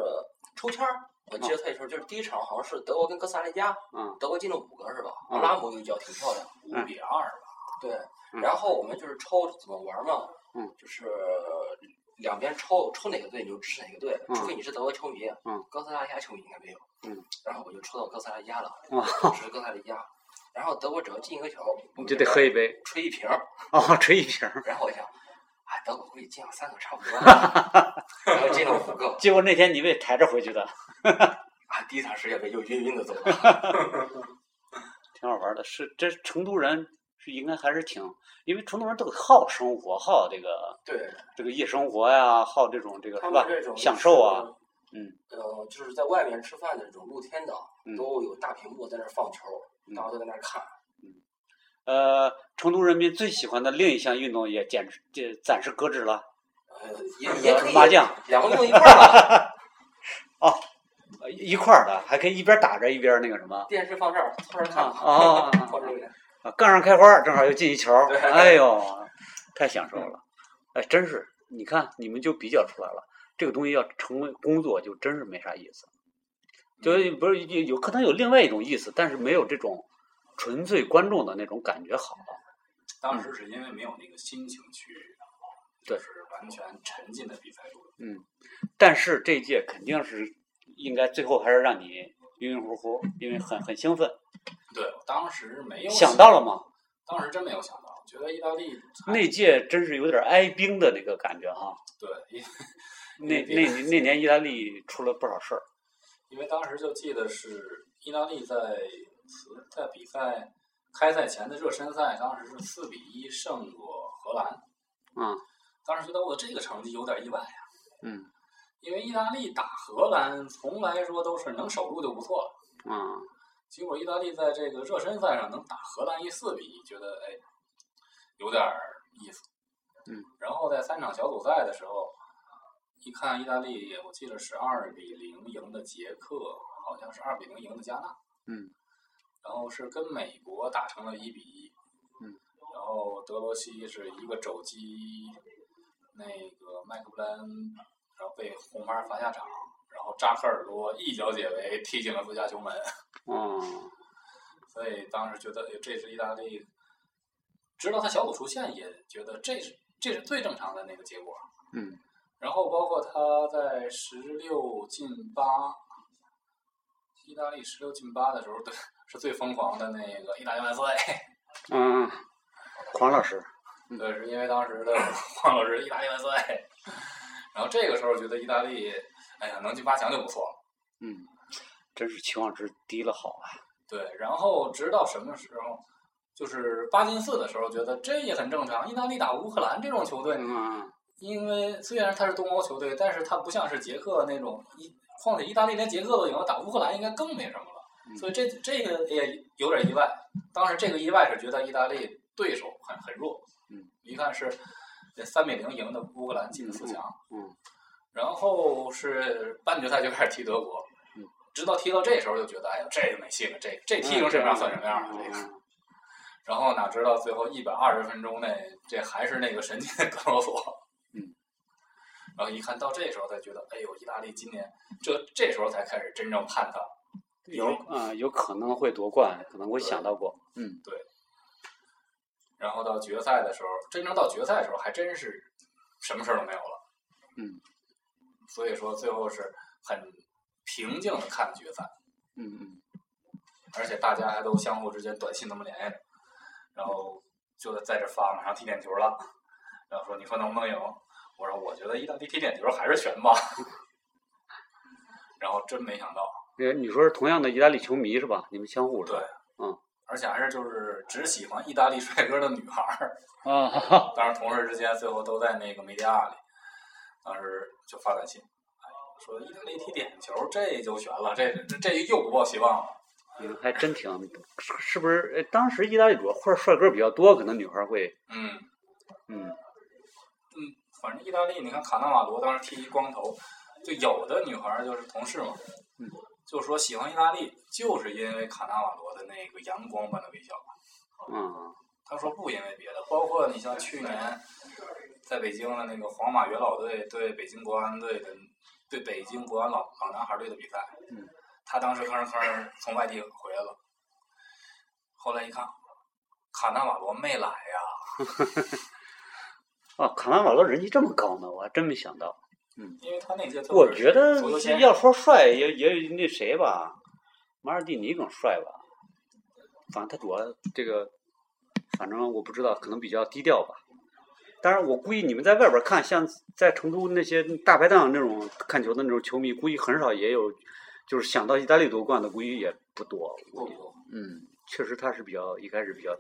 [SPEAKER 3] 抽签儿，我记得特别清，就是第一场好像是德国跟哥斯达黎加，
[SPEAKER 1] 嗯
[SPEAKER 3] 德国进了五个是吧？
[SPEAKER 1] 嗯
[SPEAKER 3] 拉姆有一脚挺漂亮，
[SPEAKER 2] 五比二吧。
[SPEAKER 3] 对。
[SPEAKER 1] 嗯
[SPEAKER 3] 然后我们就是抽怎么玩嘛，
[SPEAKER 1] 嗯，
[SPEAKER 3] 就是两边抽，抽哪个队你就支持哪个队，
[SPEAKER 1] 嗯
[SPEAKER 3] 除非你是德国球迷，
[SPEAKER 1] 嗯，
[SPEAKER 3] 哥斯达黎加球迷应该没有，
[SPEAKER 1] 嗯。
[SPEAKER 3] 然后我就抽到哥斯达黎加了，
[SPEAKER 1] 哇
[SPEAKER 3] 支持哥斯达黎加。然后德国只要进一个球，
[SPEAKER 1] (laughs) 你就得喝一杯 (laughs)
[SPEAKER 3] 吹一瓶儿。
[SPEAKER 1] 哦，吹一瓶儿。 (laughs)
[SPEAKER 3] 然后我想，啊，德国估计进了三个差不多了，然后进了五个，
[SPEAKER 1] 结果那天你被抬着回去的， (laughs)
[SPEAKER 3] 啊，第一场世界杯就晕晕的走了。
[SPEAKER 1] 挺好玩的。是，这成都人是应该还是挺，因为成都人都好生活，好这个
[SPEAKER 3] 对，
[SPEAKER 1] 这个夜生活呀，好这种这个
[SPEAKER 3] 他
[SPEAKER 1] 是
[SPEAKER 3] 们
[SPEAKER 1] 吧
[SPEAKER 3] 这种？
[SPEAKER 1] 享受啊，，嗯，
[SPEAKER 3] 呃，就是在外面吃饭的这种露天的
[SPEAKER 1] 嗯，
[SPEAKER 3] 都有大屏幕在那儿放球，
[SPEAKER 1] 嗯
[SPEAKER 3] 大家都在那儿看。
[SPEAKER 1] 呃，成都人民最喜欢的另一项运动也减这暂时搁置了，
[SPEAKER 3] 呃，也也可以
[SPEAKER 1] 麻将，
[SPEAKER 3] 两个用一块儿吧。
[SPEAKER 1] 呃一块儿的，还可以一边打着一边那个什么
[SPEAKER 3] 电视放这儿，凑着看吧。
[SPEAKER 1] 啊啊啊啊
[SPEAKER 3] 凑着看。
[SPEAKER 1] 啊，杠上开花儿，正好又进一球儿，
[SPEAKER 3] 对
[SPEAKER 1] 哎呦，太享受了，哎，真是，你看你们就比较出来了，这个东西要成为工作，就真是没啥意思。就是不是有有可能有另外一种意思，但是没有这种纯粹观众的那种感觉好。
[SPEAKER 2] 当时是因为没有那个心情去，
[SPEAKER 1] 对
[SPEAKER 2] 就是完全沉浸在比赛中。
[SPEAKER 1] 嗯，但是这一届肯定是应该最后还是让你晕晕乎乎，因为很很兴奋。
[SPEAKER 2] 对，当时没有
[SPEAKER 1] 想到了吗？
[SPEAKER 2] 当时真没有想到，觉得意大利
[SPEAKER 1] 那届真是有点哀兵的那个感觉哈。
[SPEAKER 2] 对，因
[SPEAKER 1] 那那那年意大利出了不少事儿。
[SPEAKER 2] 因为当时就记得是意大利在此在比赛开赛前的热身赛，当时是四比一胜过荷兰。
[SPEAKER 1] 嗯
[SPEAKER 2] 当时觉得我这个成绩有点意外呀，
[SPEAKER 1] 嗯
[SPEAKER 2] 因为意大利打荷兰从来说都是能守住就不错了，
[SPEAKER 1] 啊
[SPEAKER 2] 结果意大利在这个热身赛上能打荷兰一四比一，觉得哎有点儿意思。
[SPEAKER 1] 嗯，
[SPEAKER 2] 然后在三场小组赛的时候，一看意大利，我记得是二比零赢的捷克，好像是二比零赢的加纳。
[SPEAKER 1] 嗯，
[SPEAKER 2] 然后是跟美国打成了一比一。
[SPEAKER 1] 嗯，
[SPEAKER 2] 然后德罗西是一个肘击，那个麦克布莱恩，然后被红牌罚下场，然后扎克尔多一脚解围踢进了自家球门。
[SPEAKER 1] 哦
[SPEAKER 2] 所以当时觉得哎这是意大利，直到他小组出线也觉得这是这是最正常的那个结果。
[SPEAKER 1] 嗯
[SPEAKER 2] 然后包括他在十六进八，意大利十六进八的时候，对， (laughs) 是最疯狂的那个意大利万岁。
[SPEAKER 1] 嗯，黄老师，
[SPEAKER 2] 对，呃是因为当时的 (laughs) 黄老师意大利万岁。然后这个时候觉得意大利，哎呀，能进八强就不错了。
[SPEAKER 1] 嗯，真是期望值低了好啊。
[SPEAKER 2] 对，然后直到什么时候，就是八进四的时候，觉得这也很正常。意大利打乌克兰这种球队，
[SPEAKER 1] 嗯
[SPEAKER 2] 因为虽然它是东欧球队，但是它不像是捷克那种一，况且意大利连捷克都赢了，打乌克兰应该更那什么了。
[SPEAKER 1] 嗯
[SPEAKER 2] 所以这这个也有点意外。当时这个意外是觉得意大利对手很很弱，
[SPEAKER 1] 嗯，
[SPEAKER 2] 一看是呃三比零赢的乌克兰进了四强，
[SPEAKER 1] 嗯
[SPEAKER 2] 然后是半决赛就开始踢德国，
[SPEAKER 1] 嗯，
[SPEAKER 2] 直到踢到这时候就觉得，哎呀，这个没戏了，这这踢成什么样算什么样了，这个。
[SPEAKER 1] 嗯
[SPEAKER 2] 然后哪知道最后一百二十分钟内，这还是那个神奇的格罗索。
[SPEAKER 1] 嗯。
[SPEAKER 2] (laughs) 然后一看到这时候才觉得，哎呦，意大利今年这这时候才开始真正盼他。
[SPEAKER 1] 有啊，有可能会夺冠，可能会想到过。嗯
[SPEAKER 2] 然后到决赛的时候，真正到决赛的时候，还真是什么事儿都没有了。
[SPEAKER 1] 嗯。
[SPEAKER 2] 所以说，最后是很平静的看决赛，
[SPEAKER 1] 嗯嗯
[SPEAKER 2] 而且大家还都相互之间短信那么联系着，然后就在这发马上踢点球了，然后说你说能不能赢？我说我觉得意大利踢点球还是悬吧。 (laughs) 然后真没想到，
[SPEAKER 1] 呃，你说是同样的意大利球迷是吧？你们相互是吧
[SPEAKER 2] 对
[SPEAKER 1] 嗯，
[SPEAKER 2] 而且还是就是只喜欢意大利帅哥的女孩儿。
[SPEAKER 1] 啊， (laughs) 哈哈
[SPEAKER 2] 当然，同事之间最后都在那个梅迪亚里，当时就发短信，哎，说意大利踢点球，这就悬了，这这这又不抱希望了。
[SPEAKER 1] 你们还真挺，是是不是？呃当时意大利主要或者帅哥比较多，可能女孩会，
[SPEAKER 2] 嗯，
[SPEAKER 1] 嗯
[SPEAKER 2] 反正意大利，你看卡纳瓦罗当时剃一光头，就有的女孩儿就是同事嘛，
[SPEAKER 1] 嗯，
[SPEAKER 2] 就说喜欢意大利，就是因为卡纳瓦罗的那个阳光般的微笑。
[SPEAKER 1] 啊
[SPEAKER 2] 他说不因为别的，包括你像去年在北京的那个皇马元老队对北京国安队的对北京国安老老男孩队的比赛，
[SPEAKER 1] 嗯，
[SPEAKER 2] 他当时吭哧吭哧从外地回来了，后来一看，卡纳瓦罗没来呀，
[SPEAKER 1] 啊，卡纳瓦罗人气这么高呢，我还真没想到。
[SPEAKER 2] 因为他那届特
[SPEAKER 1] 我
[SPEAKER 2] 别
[SPEAKER 1] 觉得
[SPEAKER 2] 足球先生
[SPEAKER 1] 要说帅，也也那谁吧，马尔蒂尼更帅吧。反正他主要这个，反正我不知道，可能比较低调吧。当然，我估计你们在外边看，像在成都那些大排档那种看球的那种球迷，估计很少也有，就是想到意大利夺冠的，估计也不多。
[SPEAKER 2] 不多，
[SPEAKER 1] 嗯，确实他是比较一开始比较，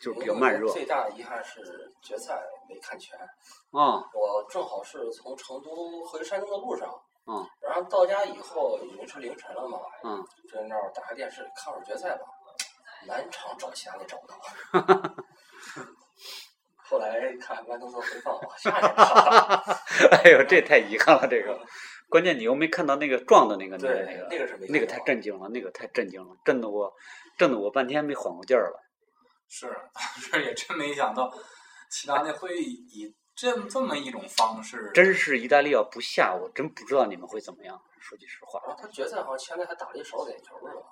[SPEAKER 1] 就是比较慢热
[SPEAKER 3] 最大的遗憾是决赛没看全，
[SPEAKER 1] 啊
[SPEAKER 3] 我正好是从成都回山东的路上，
[SPEAKER 1] 嗯，
[SPEAKER 3] 然后到家以后已经是凌晨了嘛，
[SPEAKER 1] 嗯，
[SPEAKER 3] 就在那儿打开电视看会儿决赛吧，满场找钱也找不到。后来看完都的回放，哇，吓一
[SPEAKER 1] (laughs)
[SPEAKER 3] 跳！
[SPEAKER 1] (laughs) 哎呦，这太遗憾了，这个。关键你又没看到那个撞的那个那个那
[SPEAKER 3] 对
[SPEAKER 1] 个，。
[SPEAKER 3] 那个是没
[SPEAKER 1] 那个
[SPEAKER 3] 看
[SPEAKER 1] 太
[SPEAKER 3] 到
[SPEAKER 1] 震惊了，那个太震惊了，震得我，震得我半天没缓过劲儿了。
[SPEAKER 2] 啊 (laughs) 是当时也真没想到，齐达内会以这这么一种方式，
[SPEAKER 1] 真是意大利要不下，我真不知道你们会怎么样。说句实话，
[SPEAKER 3] 然后他决赛好像前面还打了一少点球是吧？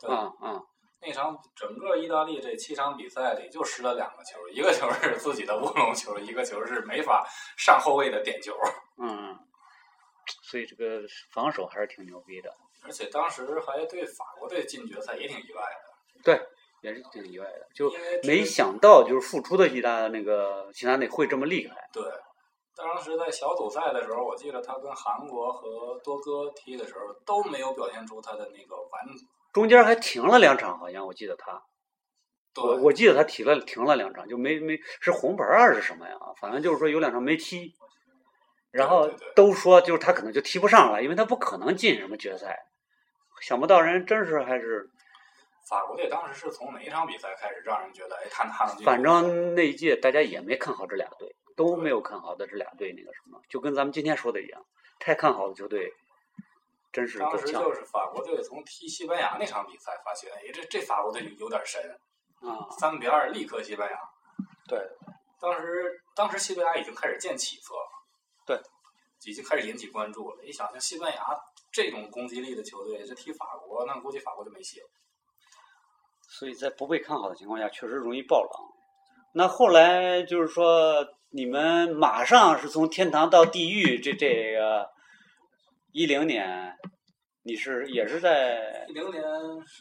[SPEAKER 2] 对吧？
[SPEAKER 1] 啊啊，
[SPEAKER 2] 那场整个意大利这七场比赛里就失了两个球，一个球是自己的乌龙球，一个球是没法上后卫的点球。
[SPEAKER 1] 嗯，所以这个防守还是挺牛逼的，
[SPEAKER 2] 而且当时还对法国队进决赛也挺意外的，
[SPEAKER 1] 也是挺意外的，就
[SPEAKER 2] 因为这
[SPEAKER 1] 没想到就是复出的意大那个齐达内会这么厉害。
[SPEAKER 2] 对。当时在小组赛的时候，我记得他跟韩国和多哥踢的时候都没有表现出他的那个完。
[SPEAKER 1] 中间还停了两场，好像我记得他，
[SPEAKER 2] 对
[SPEAKER 1] 我我记得他停了停了两场，就没没是红牌儿还是什么呀？反正就是说有两场没踢，然后
[SPEAKER 2] 对对对
[SPEAKER 1] 都说就是他可能就踢不上了，因为他不可能进什么决赛。想不到人真是还是，
[SPEAKER 2] 法国队当时是从哪一场比赛开始让人觉得哎，他他能进？
[SPEAKER 1] 反正那一届大家也没看好这俩队，都没有看好的这俩队那个什么，就跟咱们今天说的一样，太看好的球队，真是够
[SPEAKER 2] 当时
[SPEAKER 1] 呛
[SPEAKER 2] 就是法国队从踢西班牙那场比赛发现，哎，这这法国队有点神，
[SPEAKER 1] 啊！
[SPEAKER 2] 三比二力克西班牙。
[SPEAKER 1] 对，
[SPEAKER 2] 当时当时西班牙已经开始见起色了，
[SPEAKER 1] 对，
[SPEAKER 2] 已经开始引起关注了。一想，像西班牙这种攻击力的球队，这踢法国，那估计法国就没戏了。
[SPEAKER 1] 所以在不被看好的情况下，确实容易爆冷。那后来就是说，你们马上是从天堂到地狱，这这个一零年，你是也是在
[SPEAKER 2] 一零年，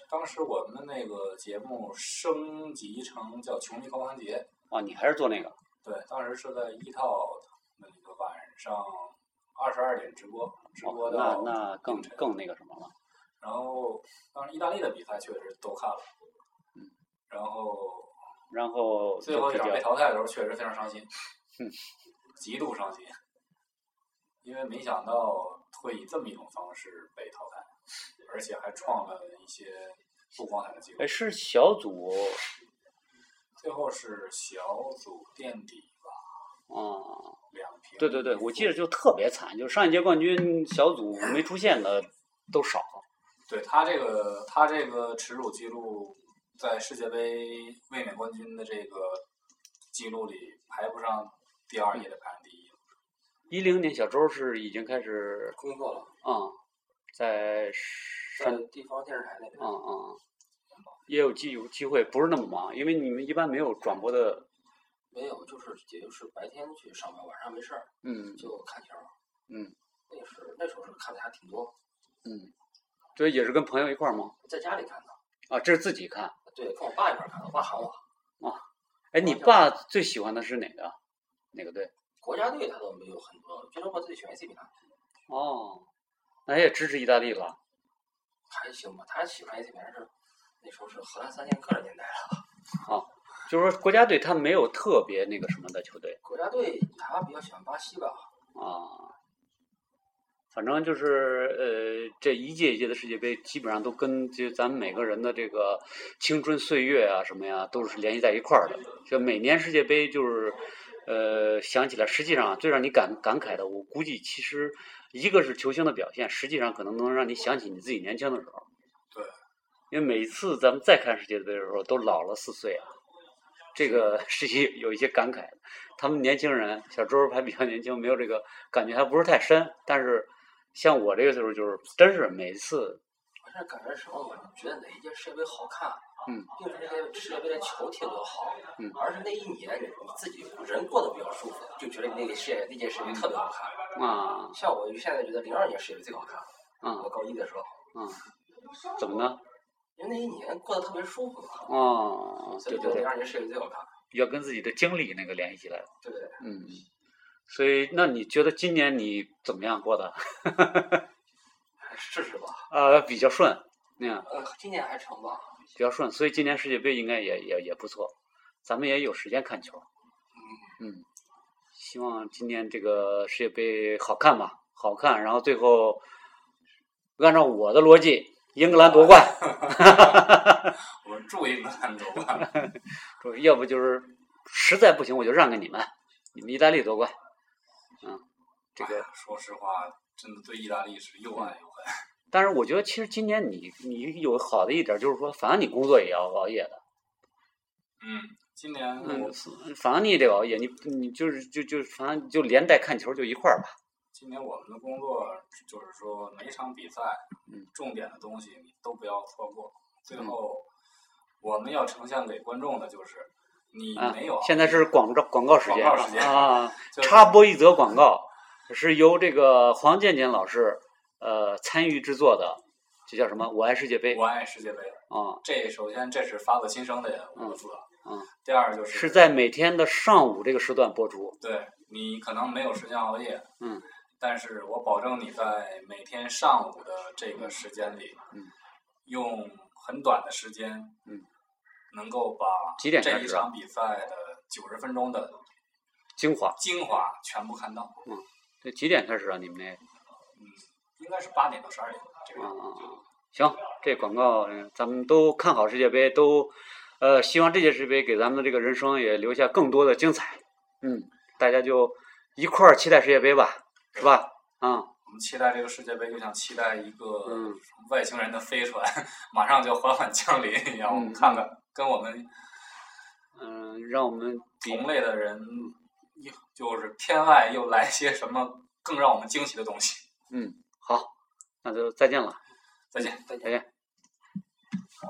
[SPEAKER 2] 当时我们的那个节目升级成叫“球迷狂欢节”，
[SPEAKER 1] 哦，你还是做那个
[SPEAKER 2] 对，当时是在一套那个晚上二十二点直播，直播
[SPEAKER 1] 哦，
[SPEAKER 2] 到
[SPEAKER 1] 那那更
[SPEAKER 2] 凌晨
[SPEAKER 1] 更那个什么了，
[SPEAKER 2] 然后当时意大利的比赛确实都看了，然后
[SPEAKER 1] 然后
[SPEAKER 2] 最
[SPEAKER 1] 嗯就
[SPEAKER 2] 后一
[SPEAKER 1] 这
[SPEAKER 2] 场被
[SPEAKER 1] 叫
[SPEAKER 2] 淘汰的时候确实非常伤心
[SPEAKER 1] 嗯，
[SPEAKER 2] 极度伤心，因为没想到会以这么一种方式被淘汰，而且还创了一些不光彩的记录
[SPEAKER 1] 哎。是小组
[SPEAKER 2] 最后是小组垫底吧，
[SPEAKER 1] 啊、
[SPEAKER 2] 两平。
[SPEAKER 1] 对对对，我记得就特别惨，就上一届冠军小组没出现的都少，
[SPEAKER 2] 对他这个他这个耻辱记录，在世界杯卫冕冠军的这个记录里排不上第二，也得排上第一。
[SPEAKER 1] 一零年小周是已经开始
[SPEAKER 3] 工作了，
[SPEAKER 1] 啊、在
[SPEAKER 3] 在
[SPEAKER 1] 山
[SPEAKER 3] 地方电视台那边。
[SPEAKER 1] 啊啊，也有机有机会，不是那么忙，因为你们一般没有转播的，
[SPEAKER 3] 没有，就是也就是白天去上班，晚上没事儿
[SPEAKER 1] 嗯
[SPEAKER 3] 就看球。
[SPEAKER 1] 嗯，
[SPEAKER 3] 那个是那时候是看的还挺多，
[SPEAKER 1] 嗯，所以也是跟朋友一块儿吗？
[SPEAKER 3] 在家里看的。
[SPEAKER 1] 啊，这是自己看。
[SPEAKER 3] 对，跟我爸一块儿看的，我爸喊我。
[SPEAKER 1] 哎，你爸最喜欢的是哪个？哪个队？
[SPEAKER 3] 国家队他都没有很多，最终我自己喜欢 AC 米兰，
[SPEAKER 1] 哦，那也支持意大利了。
[SPEAKER 3] 还行吧。他喜欢 AC 米兰是那时候是荷兰三剑客的年代了。
[SPEAKER 1] 就是说，国家队他没有特别那个什么的球队
[SPEAKER 3] 国家队他比较喜欢巴西吧，
[SPEAKER 1] 啊，反正就是呃，这一届一届的世界杯，基本上都跟就咱们每个人的这个青春岁月啊什么呀，都是联系在一块儿的。就每年世界杯就是，呃，想起来，实际上最让你感感慨的，我估计其实一个是球星的表现，实际上可能能让你想起你自己年轻的时候。
[SPEAKER 2] 对。
[SPEAKER 1] 因为每一次咱们再看世界杯的时候，都老了四岁啊，这个 (laughs) 是一有一些感慨的。他们年轻人，小周还比较年轻，没有这个感觉，还不是太深。但是像我这个岁数，就是真是每次
[SPEAKER 3] 我现在感觉什么？我觉得哪一届世界杯好看，啊
[SPEAKER 1] 嗯，
[SPEAKER 3] 并不是那些世界杯的球踢得多好，
[SPEAKER 1] 嗯
[SPEAKER 3] 而是那一年你自己人过得比较舒服，就觉得那个世界那届世界杯特别好看。
[SPEAKER 1] 啊
[SPEAKER 3] 像我就现在觉得零二年世界杯最好看，
[SPEAKER 1] 啊
[SPEAKER 3] 我高一的时候，
[SPEAKER 1] 啊，怎么呢？
[SPEAKER 3] 因为那一年过得特别舒服嘛，
[SPEAKER 1] 啊，
[SPEAKER 3] 所
[SPEAKER 1] 对
[SPEAKER 3] 以
[SPEAKER 1] 对
[SPEAKER 3] 觉得
[SPEAKER 1] 对
[SPEAKER 3] 零。二年世界杯最好看，
[SPEAKER 1] 要跟自己的经历那个联系起来。
[SPEAKER 3] 对不对？
[SPEAKER 1] 嗯，所以那你觉得今年你怎么样过的？
[SPEAKER 3] 试试吧，
[SPEAKER 1] (laughs) 呃，比较顺，那样
[SPEAKER 3] 呃，今年还成吧，
[SPEAKER 1] 比较顺，所以今年世界杯应该也也也不错，咱们也有时间看球。嗯，希望今年这个世界杯好看吧，好看。然后最后，按照我的逻辑，英格兰夺冠， (laughs)
[SPEAKER 2] 我们注意看夺冠，
[SPEAKER 1] 说要不就是实在不行我就让给你们，你们意大利夺冠。嗯， (laughs) 这个
[SPEAKER 2] 哎说实话，真的对意大利是又爱又恨。
[SPEAKER 1] 但是我觉得，其实今年你你有好的一点，就是说，反正你工作也要熬夜的，
[SPEAKER 2] 嗯，今年
[SPEAKER 1] 嗯
[SPEAKER 2] 我
[SPEAKER 1] 反正你也得熬夜，你你就是就就反正就连带看球就一块儿吧。
[SPEAKER 2] 今年我们的工作就是说，每一场比赛，
[SPEAKER 1] 嗯
[SPEAKER 2] 重点的东西你都不要错过。最后，我们要呈现给观众的就是，你
[SPEAKER 1] 啊
[SPEAKER 2] 没有熬夜、
[SPEAKER 1] 现在是广告广告时间
[SPEAKER 2] 广告时间
[SPEAKER 1] 啊，
[SPEAKER 2] (laughs) 就是
[SPEAKER 1] 插播一则广告，是由这个黄健健老师呃参与制作的，这叫什么？我爱世界杯
[SPEAKER 2] 我爱世界杯。
[SPEAKER 1] 啊，
[SPEAKER 2] 这首先这是发自心声的五个字。啊
[SPEAKER 1] 嗯嗯
[SPEAKER 2] 第二就是
[SPEAKER 1] 是在每天的上午这个时段播出。
[SPEAKER 2] 对你可能没有时间熬夜，
[SPEAKER 1] 嗯，
[SPEAKER 2] 但是我保证你在每天上午的这个时间里，
[SPEAKER 1] 嗯，
[SPEAKER 2] 用很短的时间，
[SPEAKER 1] 嗯，
[SPEAKER 2] 能够把
[SPEAKER 1] 几点
[SPEAKER 2] 这
[SPEAKER 1] 开
[SPEAKER 2] 一
[SPEAKER 1] 始啊
[SPEAKER 2] 场比赛的九十分钟的
[SPEAKER 1] 精华，
[SPEAKER 2] 精华全部看到，
[SPEAKER 1] 这几点开始啊？你们那个
[SPEAKER 2] 应该是八点到十二点这个
[SPEAKER 1] 啊
[SPEAKER 2] 样子。
[SPEAKER 1] 啊，啊行，这广告嗯咱们都看好世界杯，都呃希望这届世界杯给咱们的这个人生也留下更多的精彩。嗯，大家就一块儿期待世界杯吧，是吧？啊、
[SPEAKER 2] 我们期待这个世界杯，就像期待一个
[SPEAKER 1] 嗯
[SPEAKER 2] 外星人的飞船 (laughs) 马上就缓缓降临一样。我们
[SPEAKER 1] 嗯
[SPEAKER 2] 看看跟我们
[SPEAKER 1] 嗯，让我们比
[SPEAKER 2] 同类的人，又就是天外又来些什么更让我们惊喜的东西。
[SPEAKER 1] 嗯好，那就再见了，
[SPEAKER 2] 再见。
[SPEAKER 3] 再见
[SPEAKER 1] 再见。